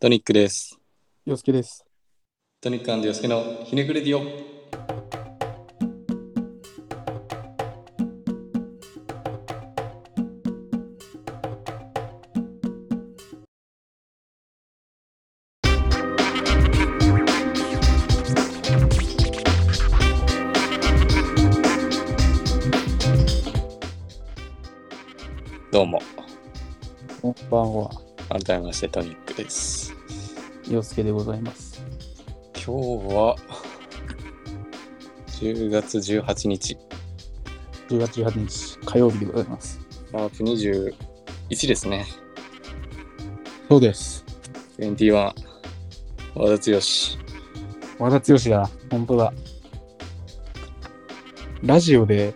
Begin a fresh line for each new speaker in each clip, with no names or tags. トニックです。
洋介です。
トニックヨスケのひねくれディオ。どうも、
こんばんは、
改めましてトニックです。
洋介でございます。
今日は10月18日
10月18日火曜日でございます。
マーク21ですね
そうです。
21和田剛
和田剛だ。本当だ。ラジオで、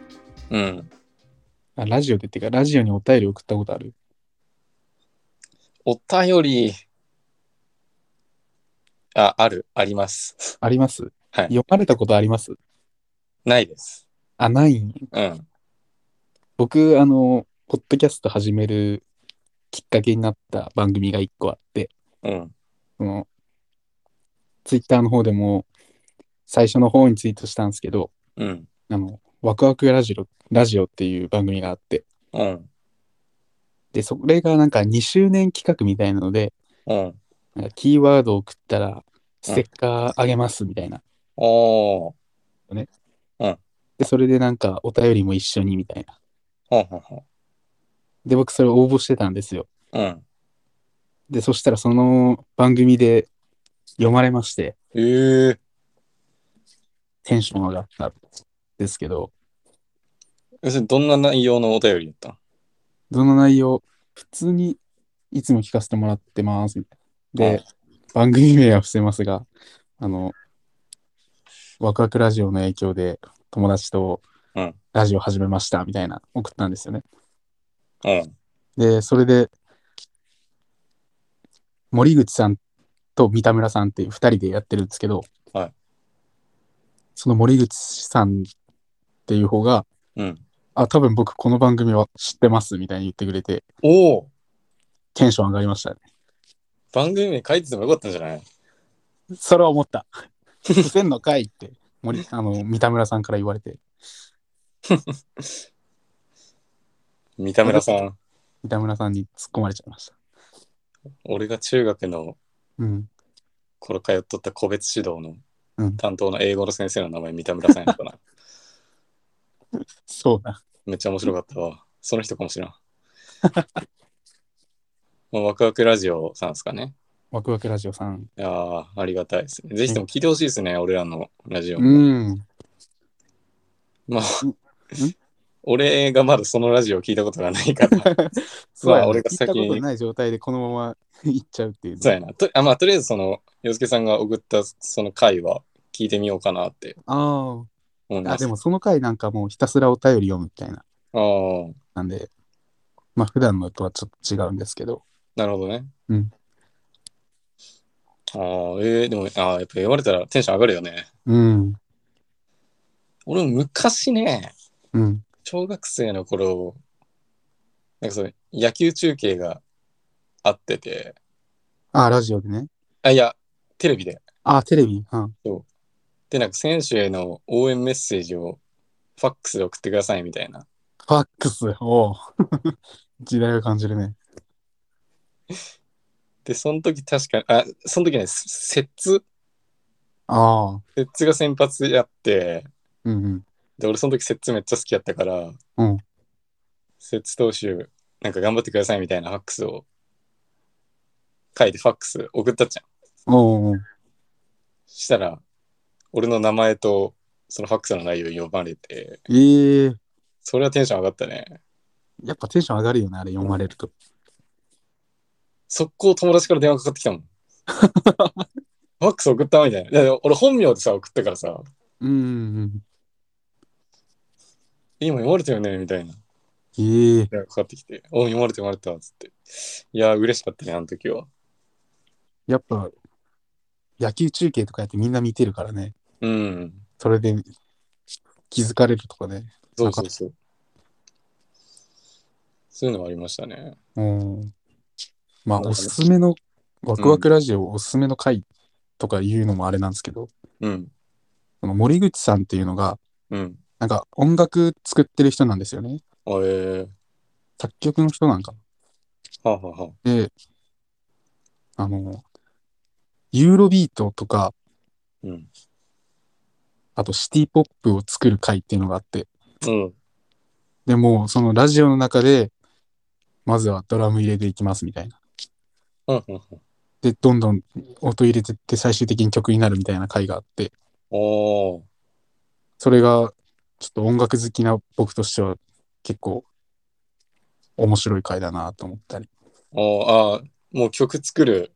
うん
あラジオでっていうか、ラジオにお便り送ったことある。
お便りああるあります
あります、
はい
読まれたことあります
ないです
あ、ないん
うん
僕、あの、ポッドキャスト始めるきっかけになった番組が一個あって、
うん
その、ツイッターの方でも、最初の方にツイートしたんですけど、
うん
あの、ワクワクラジオ、ラジオっていう番組があって、
うん
で、それがなんか2周年企画みたいなので、
うん
なんかキーワードを送ったら、ステッカーあげますみたいな。
おー
で、それでなんかお便りも一緒にみたいな。
ほんほんほん
で、僕それ応募してたんですよ。
うん
で、そしたらその番組で読まれまして、
えー、
テンション上がったんですけど、
要するにどんな内容のお便りだったん
どの内容、普通にいつも聞かせてもらってますみたいな。で、番組名は伏せますが、あの、ワクワクラジオの影響で友達と
うん
ラジオ始めましたみたいな送ったんですよね。
うん
で、それで、森口さんと三田村さんっていう2人でやってるんですけど、
はい
その森口さんっていう方が、
うん
あ、多分僕この番組は知ってますみたいに言ってくれて、
おお
テンション上がりましたね。
番組名書いててもよかったんじゃない
それは思った。伏せんのかいって、森、あの、三田村さんから言われて、
三田村さん
三田村さんに突っ込まれちゃいました。
俺が中学の
うん。
頃通っとった個別指導
う
の
ん
担当の英語の先生の名前三田村さんやった な。
そうだ。
めっちゃ面白かったわ。その人かもしれん。 まあ、ワクワクラジオさんですかね。
ワクワクラジオさん。
いやーありがたいですね。ぜひとも聞いてほしいですね、俺らのラジオ。
うん。
まあ
う、
俺がまだそのラジオを聞いたことがないから、
そうや
まあ
な、
俺が
聞いた
先
こ
に
とない状態でこのまま行っちゃうっていうね。
そうやな。とあまあ、とりあえず、その、洋介さんが送ったその回は聞いてみようかなって
あ
思い
あ。あ、
ます。
でもその回なんかもうひたすらお便り読むみたいな。
あー
なんで、まあ普段のとはちょっと違うんですけど。
なるほどね。
うん。
ああ、えー、でも、あーやっぱ言われたらテンション上がるよね。
うん。
俺も昔ね、
うん。
小学生の頃なんかその野球中継があってて
あラジオでね。
あいやテレビで
あテレビ。うん。
でなんか選手への応援メッセージをファックスで送ってくださいみたいな
ファックス。おう 時代を感じるね。
でその時確かあその時ねせ摂津
ああ。
摂津が先発やって
うんうん。
で俺その時摂津めっちゃ好きやったから
うん
摂津投手なんか頑張ってくださいみたいなファックスを書いてファックス送ったじゃん
おうおう。
したら、俺の名前とそのファックスの内容読まれて、
ええ
それはテンション上がったね。
やっぱテンション上がるよね、あれ読まれると。
速攻友達から電話かかってきたも ん。ファックス送ったみたいな。いや俺本名でさ、送ったからさ、
うんうんうん。
今読まれたよねみたいな。
ええ
電話かかってきて、お読まれて読まれたっつって。いや、嬉しかったね、あの時は。
やっぱ、野球中継とかやってみんな見てるからね。
うん。
それで気づかれるとかね。
そうそうそう。そういうのもありましたね。
うん。ま
な
あ、
んかね
おすすめのワクワクラジオおすすめの回とか言うのもあれなんですけど、
うん。
その森口さんっていうのが、
うん。
なんか音楽作ってる人なんですよね。
あえー。
作曲の人なんか
はあ、はあはあ、
な。で、あの、ユーロビートとか、
うん。
あとシティポップを作る回っていうのがあって、
うん。
でもうそのラジオの中で、まずはドラム入れていきますみたいな。
うん。うん。
で、どんどん音入れてって最終的に曲になるみたいな回があって、
おー。
それがちょっと音楽好きな僕としては結構面白い回だなと思ったり。
おーあーもう曲作る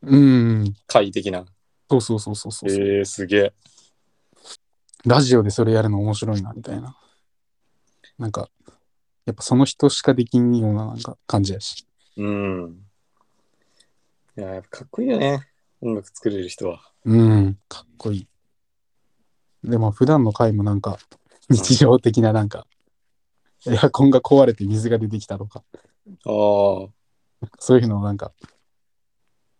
うん、
回的な。
そうそうそうそうそう。
えー、すげえ。
ラジオでそれやるの面白いなみたいな。なんか、やっぱその人しかできんようななんか感じやし。
うん。いや、やっぱかっこいいよね。音楽作れる人は。
うん、かっこいい。でも普段の回もなんか日常的ななんか、エアコンが壊れて水が出てきたとか、
ああ。
そういうのをなんか、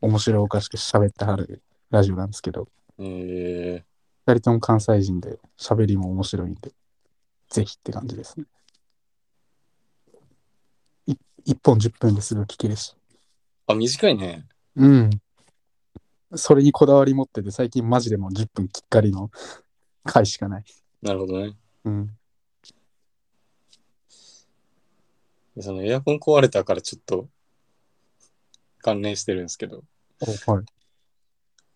面白おかしく喋ってはるラジオなんですけど、
ええ
二人とも関西人で喋りも面白いんで、ぜひって感じですね。い一本10分ですぐ聞けるし。
あ、短いね。
うん。それにこだわり持ってて、最近マジでもう10分きっかりの回しかない。
なるほどね。
うん。
そのエアコン壊れたからちょっと関連してるんですけど、
おはい。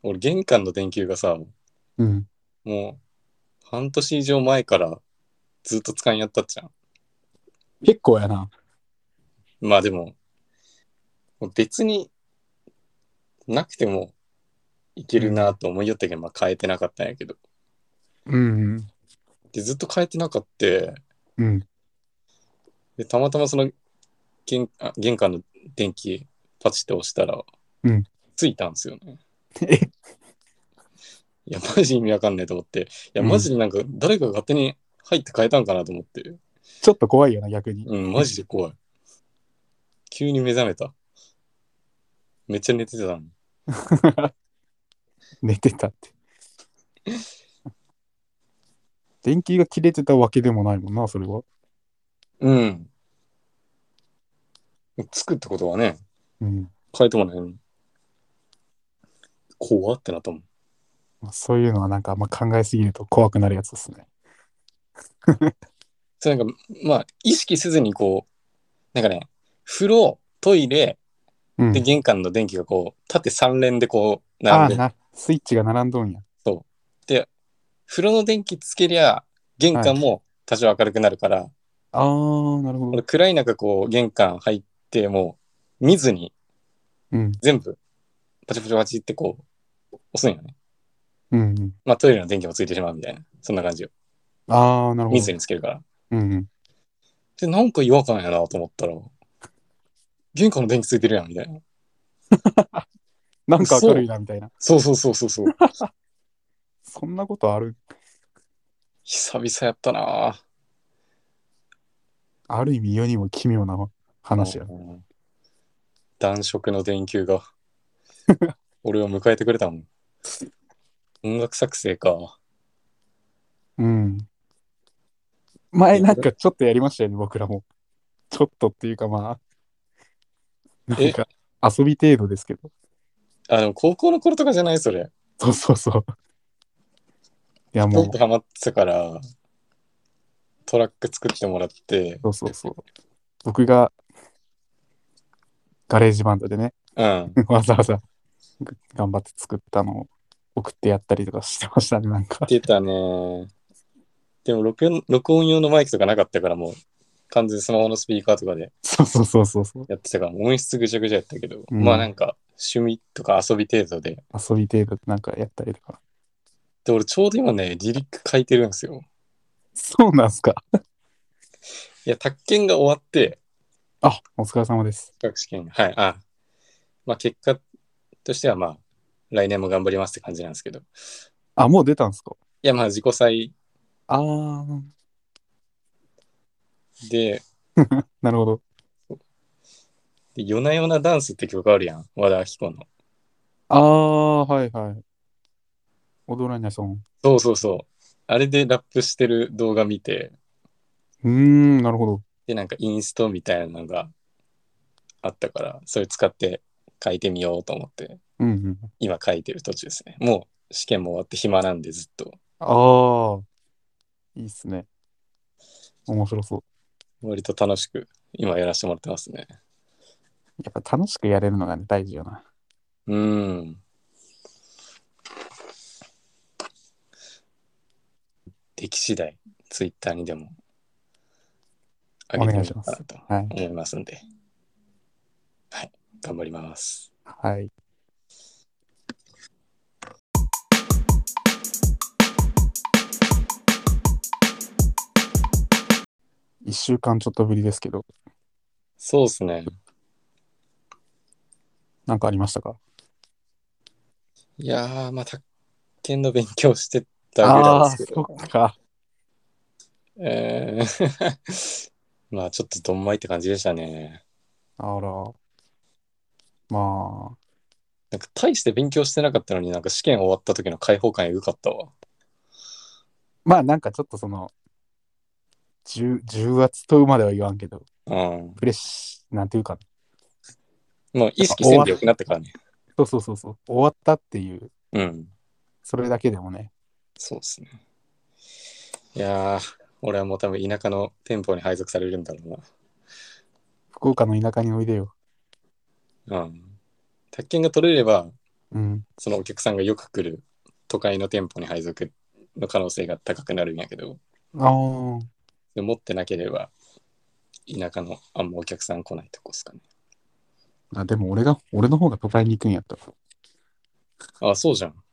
俺玄関の電球がさ、
うん。
もう半年以上前からずっと使いやったっちゃん。
結構やな。
まあでも、もう別になくてもいけるなと思いよったけど、まあ変えてなかったんやけど。
うん。
で、ずっと変えてなかった。
うん。
で、たまたまその玄あ玄関の電気パチって押したら、
うん
ついたんですよね。
え
いや、マジ意味わかんないと思って。いや、
うん
マジでなんか誰かが勝手に入って変えたんかなと思って。
ちょっと怖いよな、逆に。
うん、マジで怖い。急に目覚めた。めっちゃ寝てたのに。
寝てたって。電気が切れてたわけでもないもんな、それは。
うん。つくってことはね、
うん。
変えてもないのに。怖ってなったもん。
まあそういうのはなんかあんま考えすぎると怖くなるやつですね。
そうなんか、まあ、意識せずにこう、なんかね、風呂、トイレ、
うん
で、。玄関の電気がこう、縦3連でこう、
ああ
並んで、
な、スイッチが並んどんや。
風呂の電気つけりゃ、玄関も多少明るくなるから、
ああ、なるほ
俺
ど。
暗い中こう、玄関入って、もう、見ずに
うん。
全部、パチパチパチってこう、押すんよね。
うんうん。
まあ、トイレの電気もついてしまうみたいな、そんな感じよ。
ああ、なるほ
見
ど
ず。につけるから。
うんうん。
で、なんか違和感やなと思ったら、玄関の電気ついてるやん、みたいな。
なんか明るいな、みたいな。
そうそうそうそう そう。
そんなことある
久々やったな
ある意味世にも奇妙な話や。
うん暖色の電球 が俺を迎えてくれたもん音楽作成か
うん。前なんかちょっとやりましたよね、僕らも。ちょっとっていうかまあ、なん
え
か遊び程度ですけど。
あの高校の頃とかじゃないそれ
そうそうそう。いや
ポ
も
ップハマってたからトラック作ってもらって
う、そうそうそう。僕がガレージバンドでね、
うん
わざわざ頑張って作ったのを送ってやったりとかしてましたね、なんか。
出たねでも録音録音用のマイクとかなかったからもう完全にスマホのスピーカーとかで
そうそうそうそうそう。
やってたから音質ぐちゃぐちゃやったけど、
うん
まあなんか趣味とか遊び程度で
遊び程度でなんかやったりとか。
で俺ちょうど今ねリリック書いてるんですよ
そうなんすか。
いや宅建が終わって、
あ、お疲れ様です。
学試験、はい、あ、まあ結果としてはまあ、来年も頑張りますって感じなんですけど、い
あ、もう出たんすか
やまあ自己採
あー、
で、
なるほど。
で夜な夜なダンスって曲あるやん。和田アキ子の。
ああ、はいはい。踊らにゃそん。
そうそうそう。あれでラップしてる動画見て、
うーん、なるほど。
で、なんかインストみたいなのがあったから、それ使って書いてみようと思って、
うんうん。
今書いてる途中ですね。もう試験も終わって暇なんでずっと。
ああ、いいっすね。面白そう。
割と楽しく今やらせてもらってますね。
やっぱ楽しくやれるのがね、大事よな。
うん。出来次第、ツイッターにでもあげてみようかなと
はい。
思いますんで。はい、頑張ります。
はい。一週間ちょっとぶりですけど、
そうですね。
なんかありましたか
いやー、まあ、宅建の勉強してたぐらいですけど。
あーそっか。
えー まあ、ちょっとどんまいって感じでしたね。
あら。まあ、
なんか、大して勉強してなかったのになんか試験終わった時の解放感エグかったわ。
まあなんかちょっとその、重重圧とまでは言わんけど、
うん。
プレッシなんていうか、
まあ、意識せんでよくなったからね。
そうそうそうそう、終わったっていう、
うん。
それだけでもね、
そうですね。いやー、俺はもう多分田舎の店舗に配属されるんだろ
福岡の田舎においでよ。
うな。うん。宅建が取れれば、
うん。
そのお客さんがよく来る都会の店舗に配属の可能性が高くなるんやけど、
ああ。
で持ってなければ、田舎のあんまお客さん来ないとこっすかね。
あ、でも俺が、俺の方が都会に行くんやった。
あ、そうじゃん。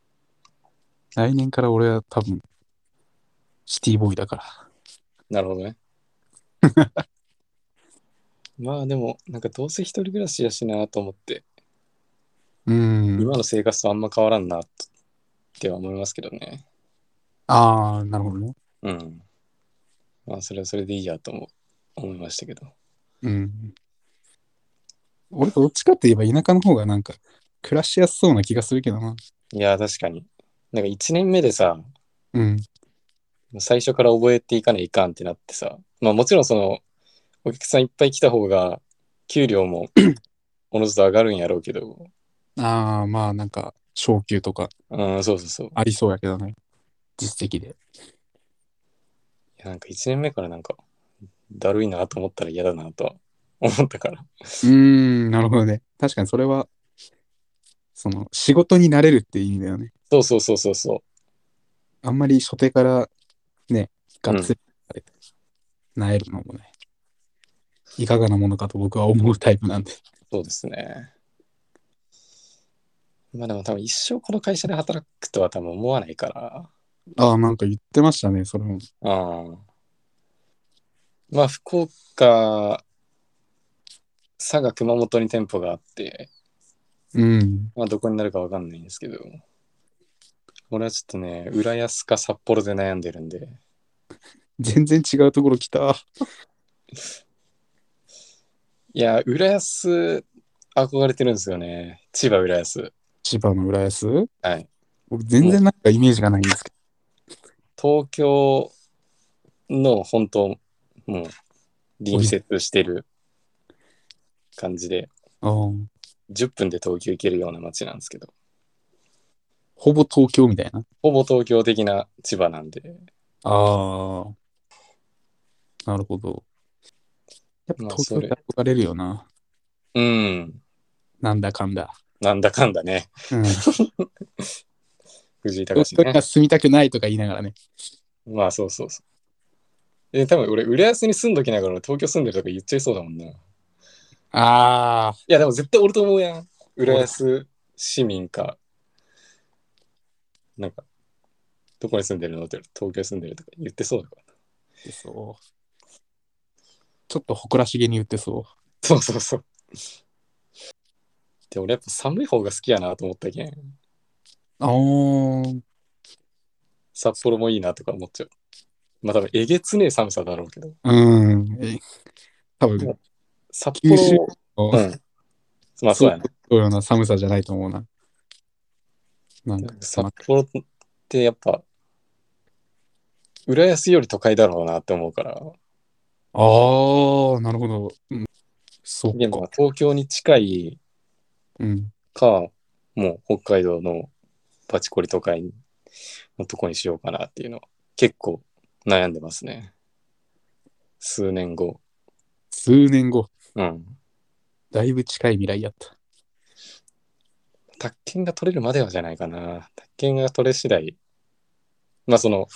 来年から俺は多分、シティボーイだから。
なるほどね。まあでも、なんかどうせ一人暮らしやしなと思って、
うん。
今の生活とあんま変わらんなとっては思いますけどね。
ああ、なるほどね。
うん。まあそれはそれでいいやとも思いましたけど。
うん。俺どっちかって言えば田舎の方がなんか、暮らしやすそうな気がするけどな。
いや、確かに。なんか1年目でさ、
うん。
最初から覚えていかないかんってなってさ、まあもちろんその、お客さんいっぱい来た方が、給料もおのずと上がるんやろうけど、
ああ、まあなんか、昇給とか
うん、そうそうそう。い
ありそうやけどね。実績で。
やなんか1年目からなんか、だるいなと思ったら嫌だなとは思ったから。
うん、なるほどね。確かにそれは、その、仕事になれるっていう意味だよね。
そうそうそうそうそう。
あんまり初手からね、がっつりなえるのもね、いかがなものかと僕は思うタイプなんで。
そうですね。まあでも多分一生この会社で働くとは多分思わないから。
ああ、なんか言ってましたね、それも。
うんまあ、福岡、佐賀、熊本に店舗があって、
うん。
まあ、どこになるかわかんないんですけど、俺はちょっとね、浦安か札幌で悩んでるんで、
全然違うところ来た。
いや、浦安、憧れてるんですよね。千葉浦安。
千葉の浦安
はい。
僕全然なんかイメージがないんですけ
東京の本当、もう、隣接してる感じで、
ど。ああ
10分で東京行けるような街なんですけど、
ほぼ東京みたいな。
ほぼ東京的な千葉なんで、
ああ。なるほど。やっぱ
まあ
東京
そ
で
れ
憧れるよな。
うん。
なんだかんだ。
なんだかんだね。
うん。
藤井隆
東京には
ね。
住みたくないとか言いながらね。
まあそうそうそう。え、多分俺、浦安に住んどきながら俺東京住んでるとか言っちゃいそうだもんな。い
ああ。
や、でも絶対俺と思うやん。浦安市民か、なんか、どこに住んでるのって言われて東京住んでるとか言ってそうだから。
言ってそう。ちょっと誇らしげに言ってそ
そうそうそう。で、俺やっぱ寒い方が好きやなと思ったけん。
う。あー
札幌もいいなとか思っちゃう。まあ多分えげつねえ寒さだろうけど。
うん。え多分、
札
九州
幌、うん。まあそうやな。
そういうような寒さじゃないと思うな。なんか、
札幌ってやっぱ、浦安より都会だろうなって思うから、
ああ、なるほど。うん、そっ
でも
か。
東京に近い
うん。
か、もう北海道のバチコリ都会のとこにしようかなっていうのは結構悩んでますね。数年後。
数年後、
うん。
だいぶ近い未来やった。
宅建が取れるまではじゃないかな。宅建が取れ次第、まあその、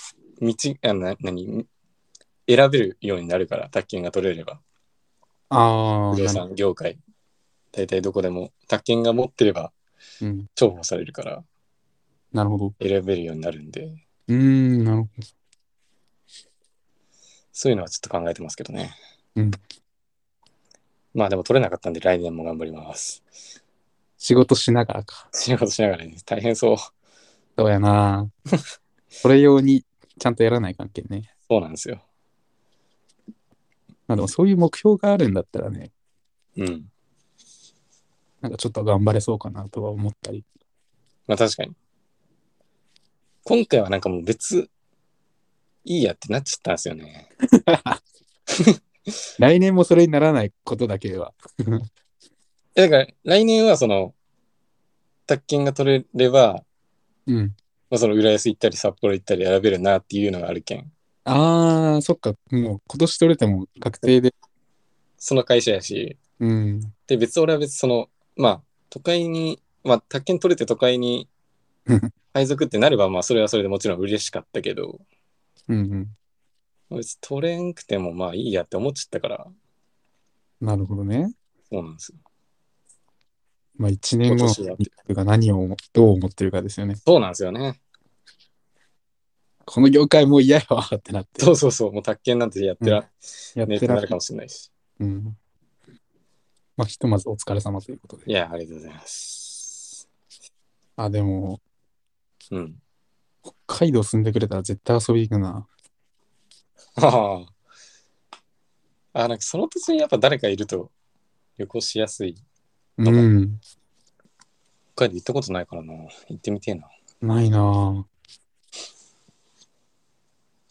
道、あな何選べるようになるから、宅建が取れれば。
ああ、
不動
なるほ
産業界、大体どこでも、宅建が持ってれば
ど。うん。
重宝されるから、
なるほど。
選べるようになるんで、
うーん、なるほど。
そういうのはちょっと考えてますけどね。
うん。
まあでも取れなかったんで来年も頑張ります。
仕事しながらか。
仕事しながらね、大変そう。
そう やな。それ用にちゃんとやらない関係ね。
そうなんですよ。
まあでもそういう目標があるんだったらね、
うん。
なんかちょっと頑張れそうかなとは思った り。
まあ確かに。今回はなんかもう別、いいやってなっちゃったんですよね。
来年もそれにならないことだけは。
えだから来年はその、宅建が取れれば、
うん。
まあ、その浦安行ったり札幌行ったり選べるなっていうのがあるけん。
ああ、そっか。もう今年取れても確定で。
その会社やし、
うん。
で別俺は別そのまあ都会にまあ宅建取れて都会に配属ってなればまあそれはそれでもちろん嬉しかったけど
うんうん。
別に取れんくてもまあいいやって思っちゃったから
なるほどね。
そうなんですよ
まあ1年後
今
の
年は
日が何を思どう思ってるかですよね。
そうなんですよね
この業界もう嫌やわってなって。
そうそうそうもう宅建なんてやってら、
やっ
ねえってて
ら
な
れ
るかもしれないし
うん。まあひとまずお疲れ様ということで。
いやありがとうございます
あ、でも
うん
北海道住んでくれたら絶対遊びに行くな。
あああなんかその土地にやっぱ誰かいると旅行しやすい
うん。
北海道行ったことないからな行ってみてえな
ないなぁ。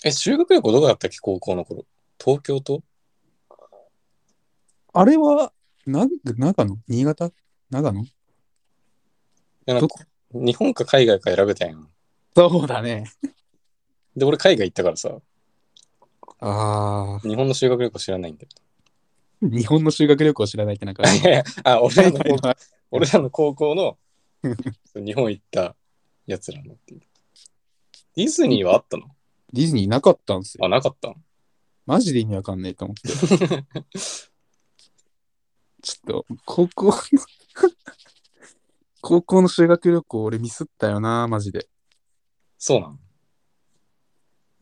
え修学旅行どこだったっけ高校の頃東京と
あれは、なん長野新潟長野
いやなんか日本か海外か選べたやん。
そうだね。
で、俺海外行ったからさ、
ああ。
日本の修学旅行知らないんだよ。
日本の修学旅行知らないって なんかあ る
いやいやあ、俺らの高校、
あ
俺らの高校 の日本行ったやつらのっていう。ディズニーはあったの
ディズニーなかったんすよ。
あ、なかったの
マジで意味わかんねえと思って。 ちょっと、高校の、高校の修学旅行俺ミスったよな、マジで。
そうなの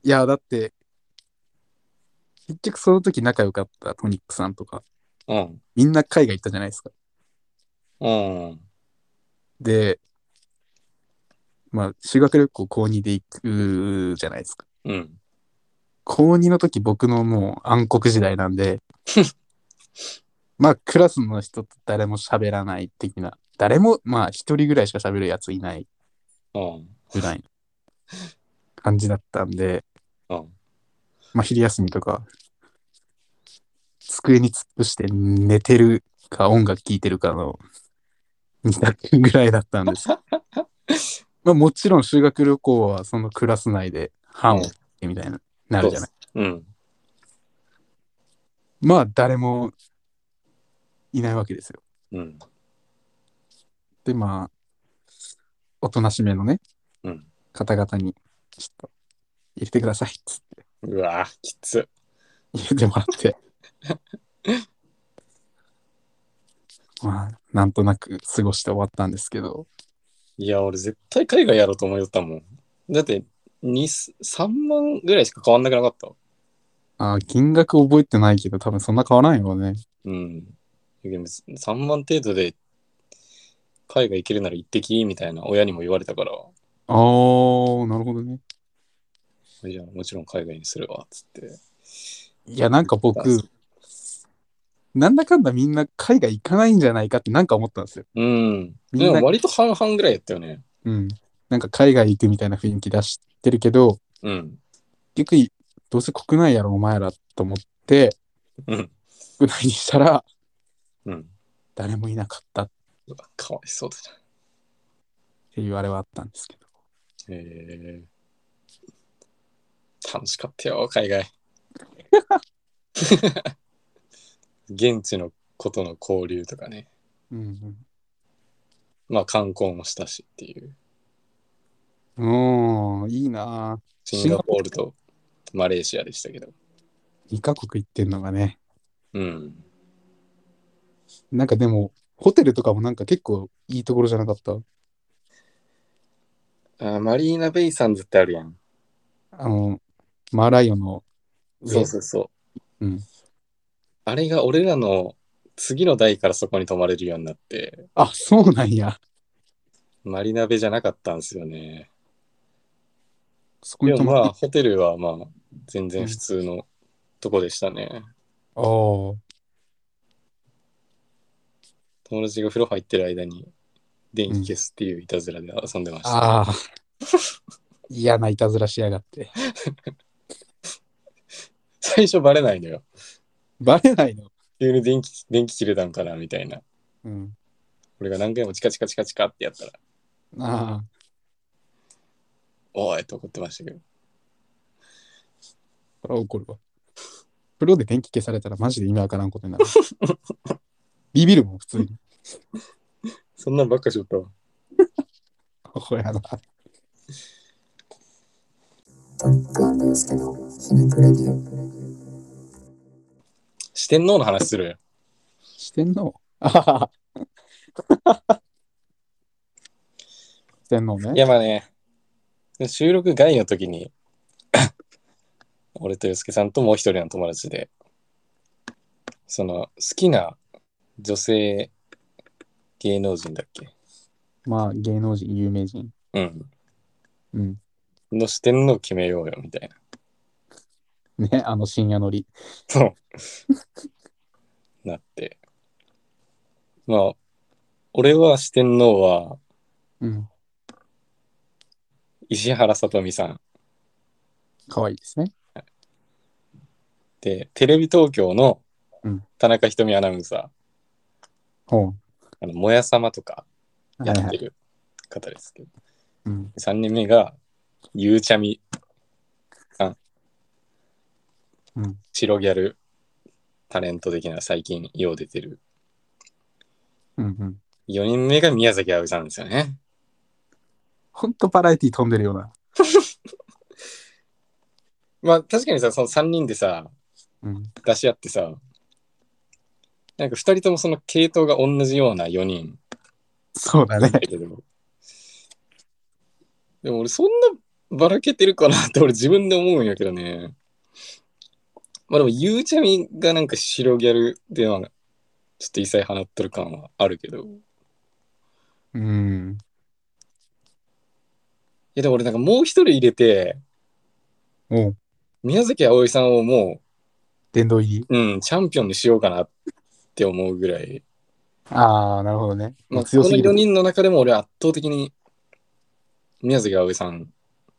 いや、だって、結局その時仲良かったトニックさんとか、
うん。
みんな海外行ったじゃないですか。
うん。
で、まあ、修学旅行高2で行くじゃないですか。
うん。
高2の時僕のもう暗黒時代なんで、まあ、クラスの人と誰も喋らない的な、誰も、まあ、一人ぐらいしか喋るやついない
うん。
ぐらいの感じだったんで、
うん。
まあ、昼休みとか、机に突っ伏して寝てるか音楽聴いてるかの2択ぐらいだったんです。 まあもちろん修学旅行はそのクラス内で班を追ってみたいな、なるじゃない。
うん。
まあ誰もいないわけですよ。
うん。
でまあ、おとなしめのね、
うん
方々にちょっと入れてくださいっつって
うわぁ、きつ。
入れてもら って。まあ、なんとなく過ごして終わったんですけど。
いや、俺絶対海外やろうと思いよったもん。だって、に3万ぐらいしか変わんなくなかった。
あー金額覚えてないけど、多分そんな変わらんよね。
うん。でも3万程度で海外行けるなら行ってきみたいな親にも言われたから、
あー、なるほどね。
いや、もちろん海外にするわ、つって。
いや、なんか僕、なんだかんだみんな海外行かないんじゃないかってなんか思ったんですよ。
うん。
みん
で
な
も割と半々ぐらいやったよね。
うん。なんか海外行くみたいな雰囲気出してるけど、
うん。
結局い、どうせ国内やろ、お前らと思って、
うん。
国内にしたら
うん。
誰もいなかったっ
うわかわいそうだな。
ていうあれはあったんですけど。
えー楽しかったよ、海外。現地のことの交流とかね。
うん
まあ観光もしたしっていう。
うん。おー、いいな
シンガポールとマレーシアでしたけど。
ぁ。2カ国行ってんのがね。
うん。
なんかでも、ホテルとかもなんか結構いいところじゃなかった。
あマリーナ・ベイ・サンズってあるやん。
あの、マーライオンの上
そうそうそう。
うん
あれが俺らの次の代からそこに泊まれるようになって、
あ、そうなんや。
マリナベじゃなかったんですよね。
そこ
で
に
も
泊
ま
ま
あ、
って。
ホテルはまあ、全然普通のとこでしたね。
ああー。
友達が風呂入ってる間に電気消すっていういたずらで遊んでました。
ああ。嫌ないたずらしやがって。
最初バレないのよ。
バレないの。
急に電気電気切れたんかなみたいな。
うん。
俺が何回もチカチカチカチカってやったら、
ああ。
おいと怒ってましたけど。
それは怒るわ。風呂で電気消されたらマジで意味わからんことになる。ビビるもん、普通に。
そんなんばっかしよったわ。
ほやな。
四天王の話する。
してんの あはははしてんの
い
ね。
やまあね、収録外の時に、 俺と洋介さんともう一人の友達で、その好きな女性芸能人だっけ
まあ、芸能人、有名人。
うん。
うん。
の四天王決めようよみたいな。
ね、あの深夜乗り。
そう。なって。まあ、俺は四天王は
うん。
石原さとみさん
可愛いですね。
で、テレビ東京の
うん
田中瞳アナウンサー、
ほう。
あの、もやさまとかや
は
っ
いは
て
い
る方ですけど、
うん。
3人目がゆうちゃみさん、
うん
白ギャルタレント的な最近よう出てる。
うんうん。
4人目が宮崎あおいさんですよね。
ほんとバラエティ飛んでるような。
まあ確かにさ、その3人でさ、
うん。
出し合ってさ、なんか2人ともその系統が同じような4人
そうだね。
だけど、でも俺そんなばらけてるかなって俺自分で思うんやけどね。まあでも、ゆうちゃみがなんか白ギャルでは、ちょっと異彩放っとる感はあるけど、い
うん。
やでも俺なんかもう一人入れて、
おう。
宮崎あおいさんをも
殿堂入り
う、うん、チャンピオンにしようかなって思うぐらい、
ああ、なるほどね。
まあ、こ
強
の
すぎ
4
る。
人の中でも俺は圧倒的に宮崎あおいさん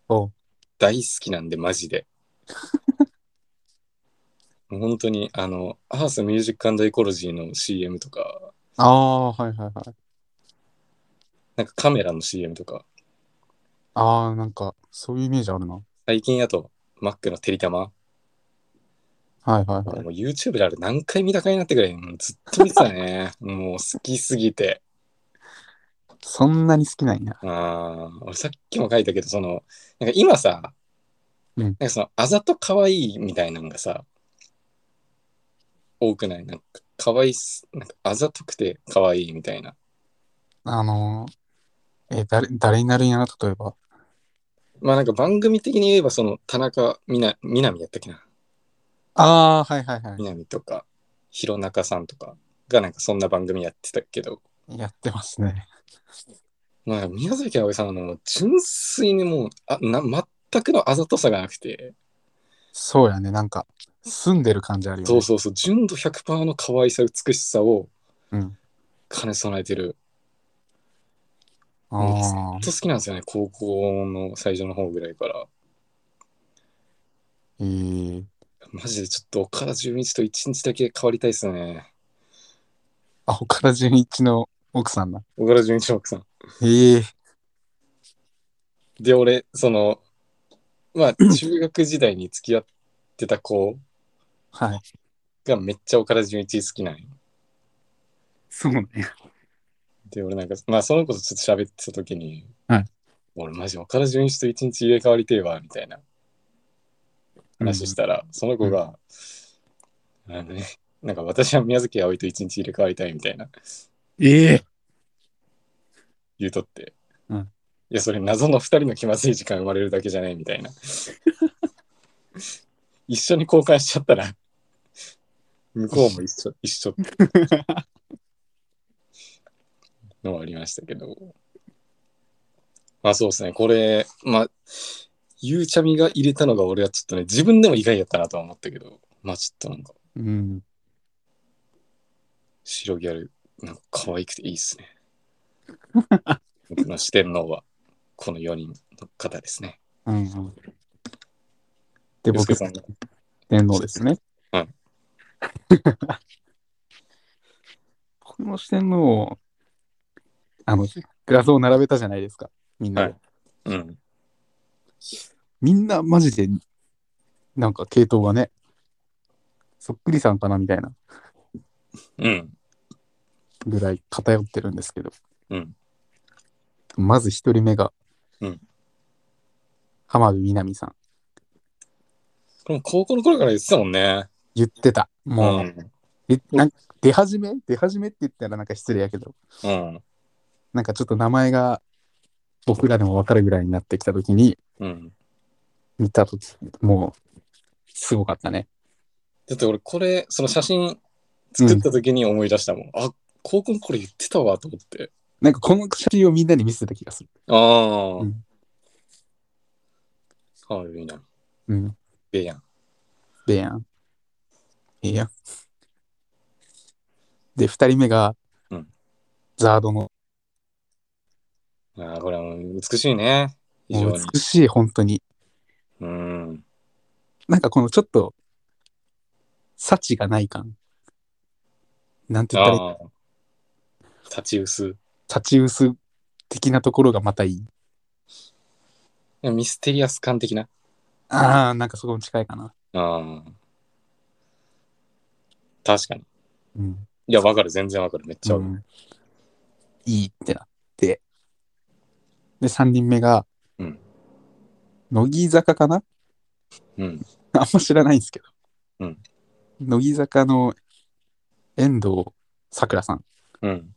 おう
大好きなんでマジで もう本当にあのアースミュージックエコロジーの CM とか
ああ、はいはいはい。
なんかカメラの CM とか
ああ、なんか、そういうイメージあるな。
最近やとマックのてりたま、
はいはい
俺
はい。
もう YouTube であれ何回見たかになってくらいもうずっと見てたね もう好きすぎて
そんなに好きなんや。
あー俺さっきも書いたけどそのなんか今さ、
うん
なんかそのあざと可愛いみたいなのがさ多くないなんか可愛いすなんかあざとくて可愛いみたいな
あのー、え、誰、誰になるんやな、例えば。
まあなんか番組的に言えばその田中みなみなみやったっけな
ああ、はいはいは
みなみとか弘中さんとかがなんかそんな番組やってたけど
い。やってますね。
まあ宮崎あおいさんの純粋にもうあな全くのあざとさがなくて
そうやね、なんか、住んでる感じあるよね。
そうそうそう、純度100%の可愛さ、美しさを
うん
兼ね備えてる。もうずっ
ああ、
と好きなんですよね、高校の最初の方ぐらいから。
えー、
マジでちょっと岡田准一と一日だけ変わりたいっすね。
あ、岡田准一の奥さんだ。
岡田准一の奥さん。
ええ
で、俺、その、まあ、中学時代に付き合ってた子
はい。
がめっちゃ岡田准一好きなんよ。
そうね。
で、俺なんか、まあ、その子とちょっと喋ってた時に、
はい
俺マジ岡田准一と一日入れ替わりてえわ、みたいな話したら、その子が、あのね、なんか私は宮崎葵と一日入れ替わりたいみたいな
ええ
言うとって、
うん
いや、それ謎の二人の気まずい時間生まれるだけじゃないみ たいな。一緒に交換しちゃったら、向こうも一 緒、一緒ってのはありましたけど。まあそうですね、これ、まあ、ゆうちゃみが入れたのが俺はちょっとね、自分でも意外やったなとは思ったけど、まあちょっとなんか、
うん。
白ギャル、なんか可愛くていいっす ね。僕の四天王は、この4人の方ですね。
うんうん。で、
洋介、
僕
さんが
天皇ですね。
はい。
僕の四天王、あの、画像並べたじゃないですか。みんなで。
はいうん。
みんなマジで、なんか系統がね、そっくりさんかなみたいな
うん。
ぐらい偏ってるんですけど、
うん。
まず一人目が、
うん
浜辺美波さん。
これも高校の頃から言ってたもんね。
言ってた。もう、
ん。
えなんか出始め出始めって言ったらなんか失礼やけど、
うん。
なんかちょっと名前が僕らでも分かるぐらいになってきたときに、
うん。
見たとき、もう、すごかったね。
だって俺、これ、その写真作った時に思い出したもん。あ、高校の頃言ってたわと思って。
なんかこの写真をみんなに見せてた気がする。
ああ。
う
うんあ、いいな。
うん。
ええやん。
でやん。ええやん。で、二人目が、
うん
ザードの、
ああ、これはもう美しいね。非常
もう
に。
美しい、本当に。
うん。
なんかこのちょっと、幸がない感。なんて言ったらいい、
ああ。立ち薄。
幸薄的なところがまたいい。
ミステリアス感的な。
ああ、なんかそこも近いかな。
ああ。確かに。
うん。
いや、わかる。全然わかる。めっちゃわかる。
ん、いいってなってで3人目が、
うん
乃木坂かな
うん。
あんま知らないんですけど、
うん
乃木坂の遠藤さくらさん
うん。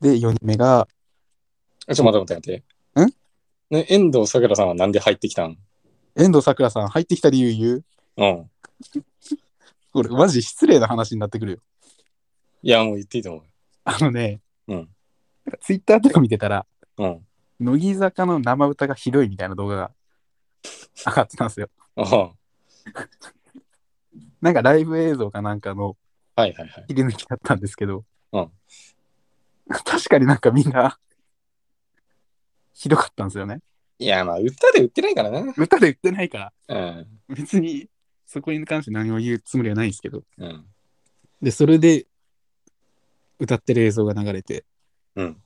で4人目が
あちょ、待って待って待って。んね、遠藤さくらさんはなんで入ってきたん
遠藤さくらさん入ってきた理由言う
うん。
これマジ失礼な話になってくるよ
いや、もう言っていいと思
あのね、
うん
ツイッターとか見てたら
う。うん。
乃木坂の生歌がひどいみたいな動画が上がってたんですよ
ああ。
なんかライブ映像かなんかの
はいはいはい。
切り抜きだったんですけど、
うん
確かになんかみんなひどかったんですよね
いや、まあ、歌で売ってないからな。
歌で言ってないから
うん。
別にそこに関して何を言うつもりはないんですけど
うん。
でそれで歌ってる映像が流れて
うん。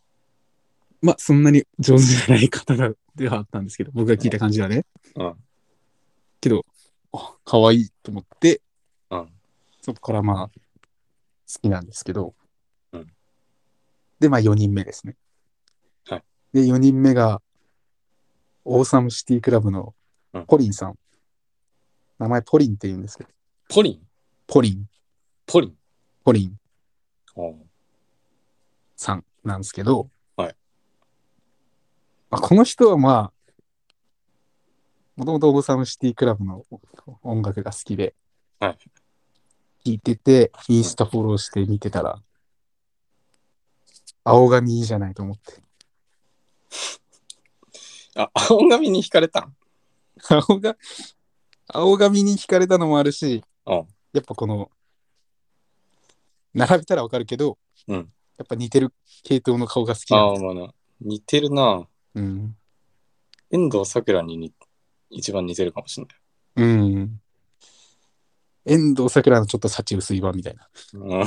まあそんなに上手じゃない方がではあったんですけど僕が聞いた感じはね
うん。
けどあ可愛いと思って
うん。
そこからまあ好きなんですけど、
うん
でまあ4人目ですね
はい
で4人目がオーサムシティクラブの
うん
ポリンさん、名前ポリンって言うんですけど
ポリン
ポリン
ポリン。
ポリン
うん
さんなんですけど、
はい
まあ、この人はまあもともとオーサムシティクラブの音楽が好きで、
はい
聴いててインスタフォローして見てたら、青髪いいじゃないと思って。
あ、青髪に惹かれたん
青が、青髪に惹かれたのもあるし、
うん
やっぱこの、並べたらわかるけど、
うん
やっぱ似てる系統の顔が好き
あ
な
あ、
んです。
まあな。似てるな。
うん。
遠藤さくらにに一番似てるかもしれない。
うん。遠藤さくらのちょっと幸薄い版みたいな。
うん。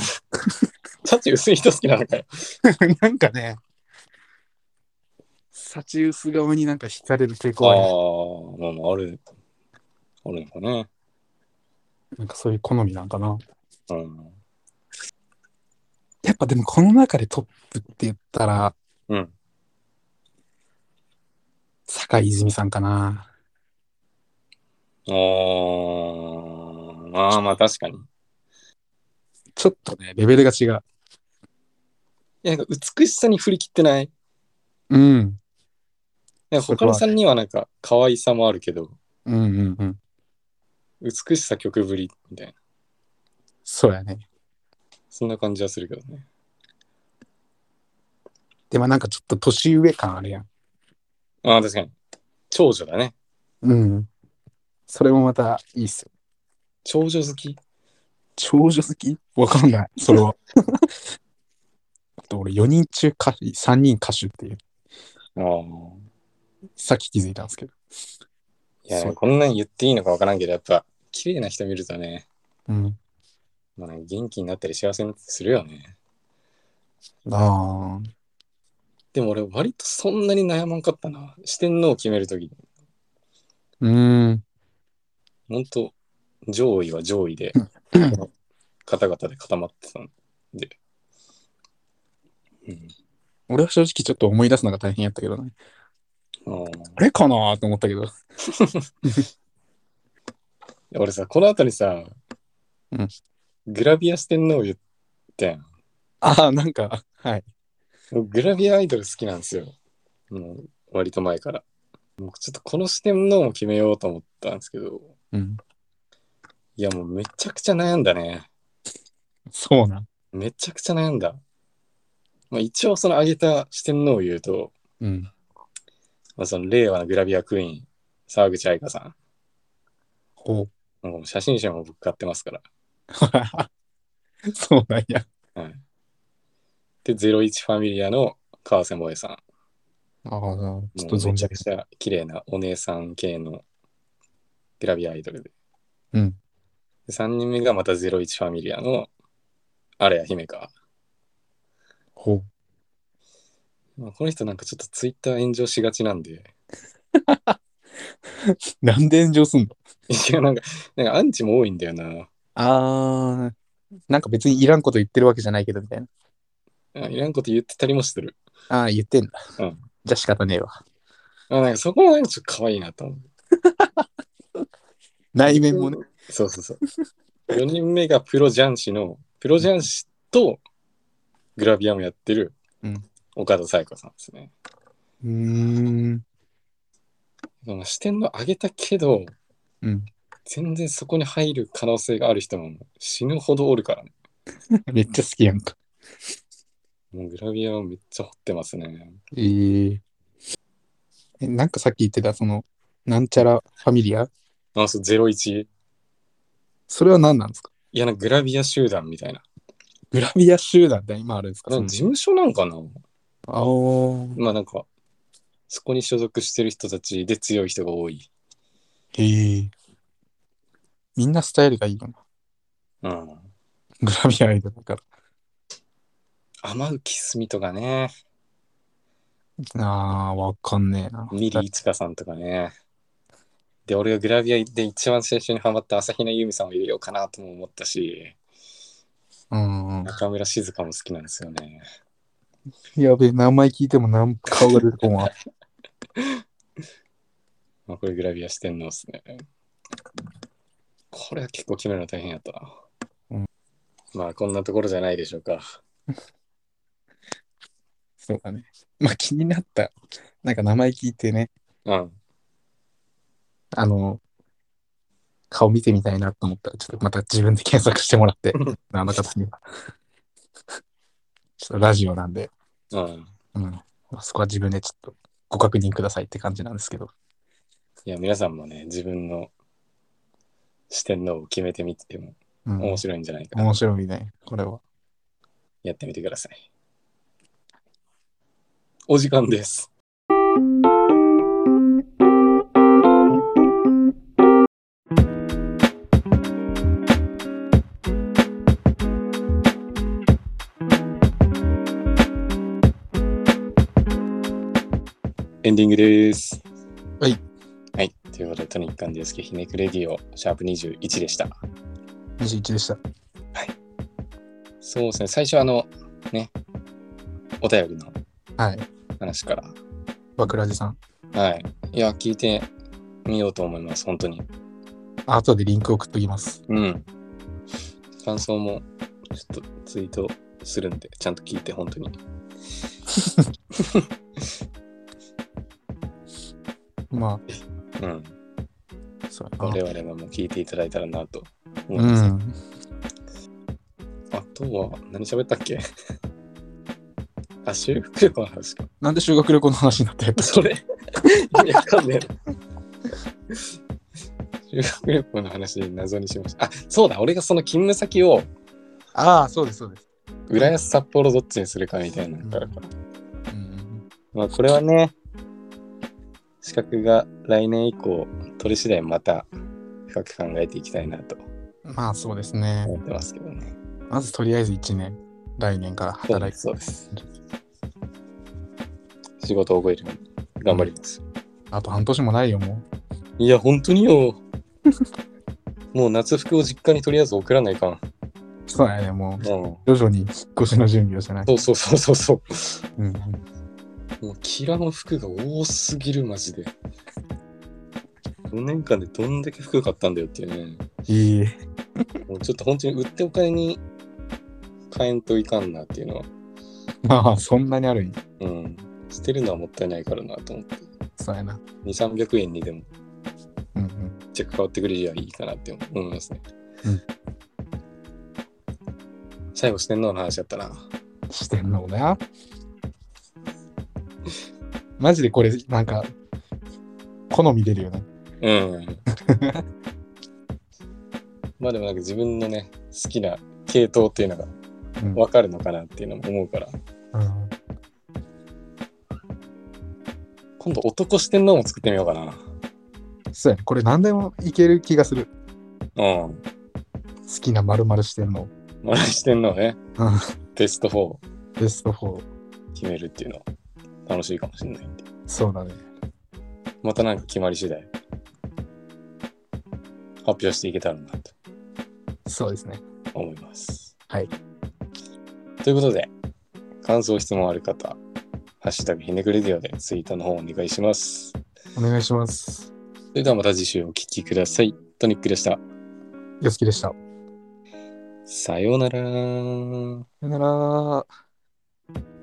タッチ薄い人好きなのかよ。
なんかね、幸薄側になんか惹かれる傾
ああ
向
ま
あります、
あまあ、ある。あるのかね。
なんかそういう好みなんかな。
うん。
やっぱでもこの中でトップって言ったら、
うん。
坂井泉さんかな。
ああ、ああ、まあ確かに。い
ちょっとね、レベルが違う。
や、なんか美しさに振り切ってない。
うん。
なんか他の3人はなんか可愛さもあるけど、
うんうんうん。
美しさ曲ぶりみたいな。
そうやね。
そんな感じはするけどね。
でもなんかちょっと年上感あるやん。
ああ、確かに。長女だね。
うん。それもまたいいっすよ。
長女好き
長女好きわかん ない。それは。あと俺4人中歌手3人歌手っていう。
ああ。
さっき気づいたんですけど。
いや、
そう
こんなん言っていいのか分からんけど、やっぱ、綺麗な人見るとね、
うん。
まあ、なんか元気になったり幸せになったりするよね。
ああ。
でも俺、割とそんなに悩まんかったな。四天王決めるとき、
うん。
ほんと、上位は上位で、方々で固まってたんで。うん。
俺は正直ちょっと思い出すのが大変やったけどね。
あ
あれかなと思ったけど。
ー俺さ、この後にさ、
うん
グラビア四天王言ってん。
ああ、なんか、はい。
僕グラビアアイドル好きなんですよ。もう割と前から。もうちょっとこの四天王も決めようと思ったんですけど、
うん。
いやもうめちゃくちゃ悩んだね。
そうなん。
めちゃくちゃ悩んだ。まあ、一応その挙げた四天王を言うと、
うん。
まあ、その令和のグラビアクイーン、沢口愛香さ
ほう。
ん。もう写真集も僕買ってますから。
そうなんや。
はい、で、01ファミリアの川瀬萌さん。
ああ、ちょっ
も
と
う
存
めち
じ上
ゃ
げ
くちゃ綺麗なお姉さん系のグラビアアイドルで。
うん。
で3人目がまた01ファミリアのあれや姫か。
ほう。
まあ、この人なんかちょっとツイッター炎上しがちなんで、
なんで炎上すんの
いやなんか、なんかアンチも多いんだよな。
ああ、なんか別にいらんこと言ってるわけじゃないけどみたいな。
あいらんこと言ってたりもしてる。
ああ、言ってんだ。
うん
じゃあ仕方ねえわ。
あなんかそこもなんかちょっと可愛いなと思う。
内面もね。
そうそうそう。4人目がプロ雀士の、プロ雀士とグラビアもやってる
うん
岡田彩子さんですね。
うーん。
まあ視点の上げたけど、
うん。
全然そこに入る可能性がある人も死ぬほどおるからね。
めっちゃ好きやんか。
もうグラビアをめっちゃ掘ってますね。
えええ、なんかさっき言ってた、その、なんちゃらファミリア
あ、そう、01。
それは何なんですか
いや、なんかグラビア集団みたいな。
グラビア集団って今あるんですか
なんか事務所なんかな
ああー。
まあなんか、そこに所属してる人たちで強い人が多い。
ええみんなスタイルがいいよな。
うん。
グラビアアイドルだから。
天浮澄とかね、
ああ、わかんねえな。
ミリーチカさんとかね。で、俺がグラビアで一番最初にハマった朝比奈由美さんを入れようかなとも思ったし、
うんうん。
中村静香も好きなんですよね。
やべえ、名前聞いてもなん顔が出てこ んわ。
まあ、これグラビアしてんのっすね。これは結構決めるの大変やったな。
うん
まあ、こんなところじゃないでしょうか。
そうだね。まあ気になった。なんか名前聞いてね、
うん。
あの、顔見てみたいなと思ったら、ちょっとまた自分で検索してもらって、あの方には。ちょっとラジオなんで、
うん。
うん。まあ、そこは自分でちょっとご確認くださいって感じなんですけど。
いや、皆さんもね、自分の四天王を決めてみても
うん
面白いんじゃないかな、
面白いね、これは。
やってみてくださいお時間ですエンディングです。
はい。
はい。ということで、トニックアンデスケひねくレディオ、シャープ21でした。
21でした。
そうですね、最初あの、ね、お便りの
はい。
話から
バクラジさん。
はい。いや、聞いてみようと思います、本当に。
あ後でリンク送っときます。
うん。感想も、ちょっとツイートするんで、ちゃんと聞いて、本当に。
ま
うん。
あ、そうや
我々ももう聞いていただいたらなと思い
な。う
ます、
ん。
あとは、何喋ったっけ あ、修復力の話か。
なんで修学旅行の話にな ったやつ
それ、意味わかんねえな。修学旅行の話、謎にしました。あ、そうだ、俺がその勤務先を、
ああ、そうです、そうです。
浦安札幌どっちにするかみたいなのからか。
うん。
まあこれはね、資格が来年以降取り次第また深く考えていきたいなと
まあ、そうですね。
思ってますけどね。
まずとりあえず1年、来年から
そう
働
で
い
す。
て、
そうです仕事を覚えるように頑張ります。
あと半年もないよ、も
いや、本当によ。 もう夏服を実家にとりあえず送らないかん。
う。そうやね、も
うん。
う、徐々に引っ越しの準備をしない。
そうそうそうそうそ
うん。
う。もうキラの服が多すぎる、マジで。4年間でどんだけ服買ったんだよっていうね。
い い。
もうちょっと本当に売ってお金に買えんといかんなっていうのは、
まあ、そんなにあるんや
うん、捨てるのはもったいないからなと思って、
そうやな。
2、300円にでも
うんうん。
チェック変わってくれりゃいいかなって思いますね。
うん
最後、四天王の話やったな。
してんのな。マジでこれ、なんか、好み出るよね。
うん。まあでもなんか自分のね、好きな系統っていうのが
うん
分かるのかなっていうのも思うから、
うん、
今度男四天王も作ってみようかな。
そうやね。これ何でもいける気がする。
うん。
好きな〇〇してんの。
まあ四天王ね、
うん。
ベスト4。
ベスト4。
決めるっていうのは楽しいかもしれないんで。
そうだね。
またなんか決まり次第、発表していけたらなと
そうですね。
思います。
はい。
ということで、感想、質問ある方、ハッシュタグひねくれディオでツイートの方お願いします。
お願いします。
それではまた次週お聞きください。トニックでした。
よすきでした。さ
さようなら。
よなら。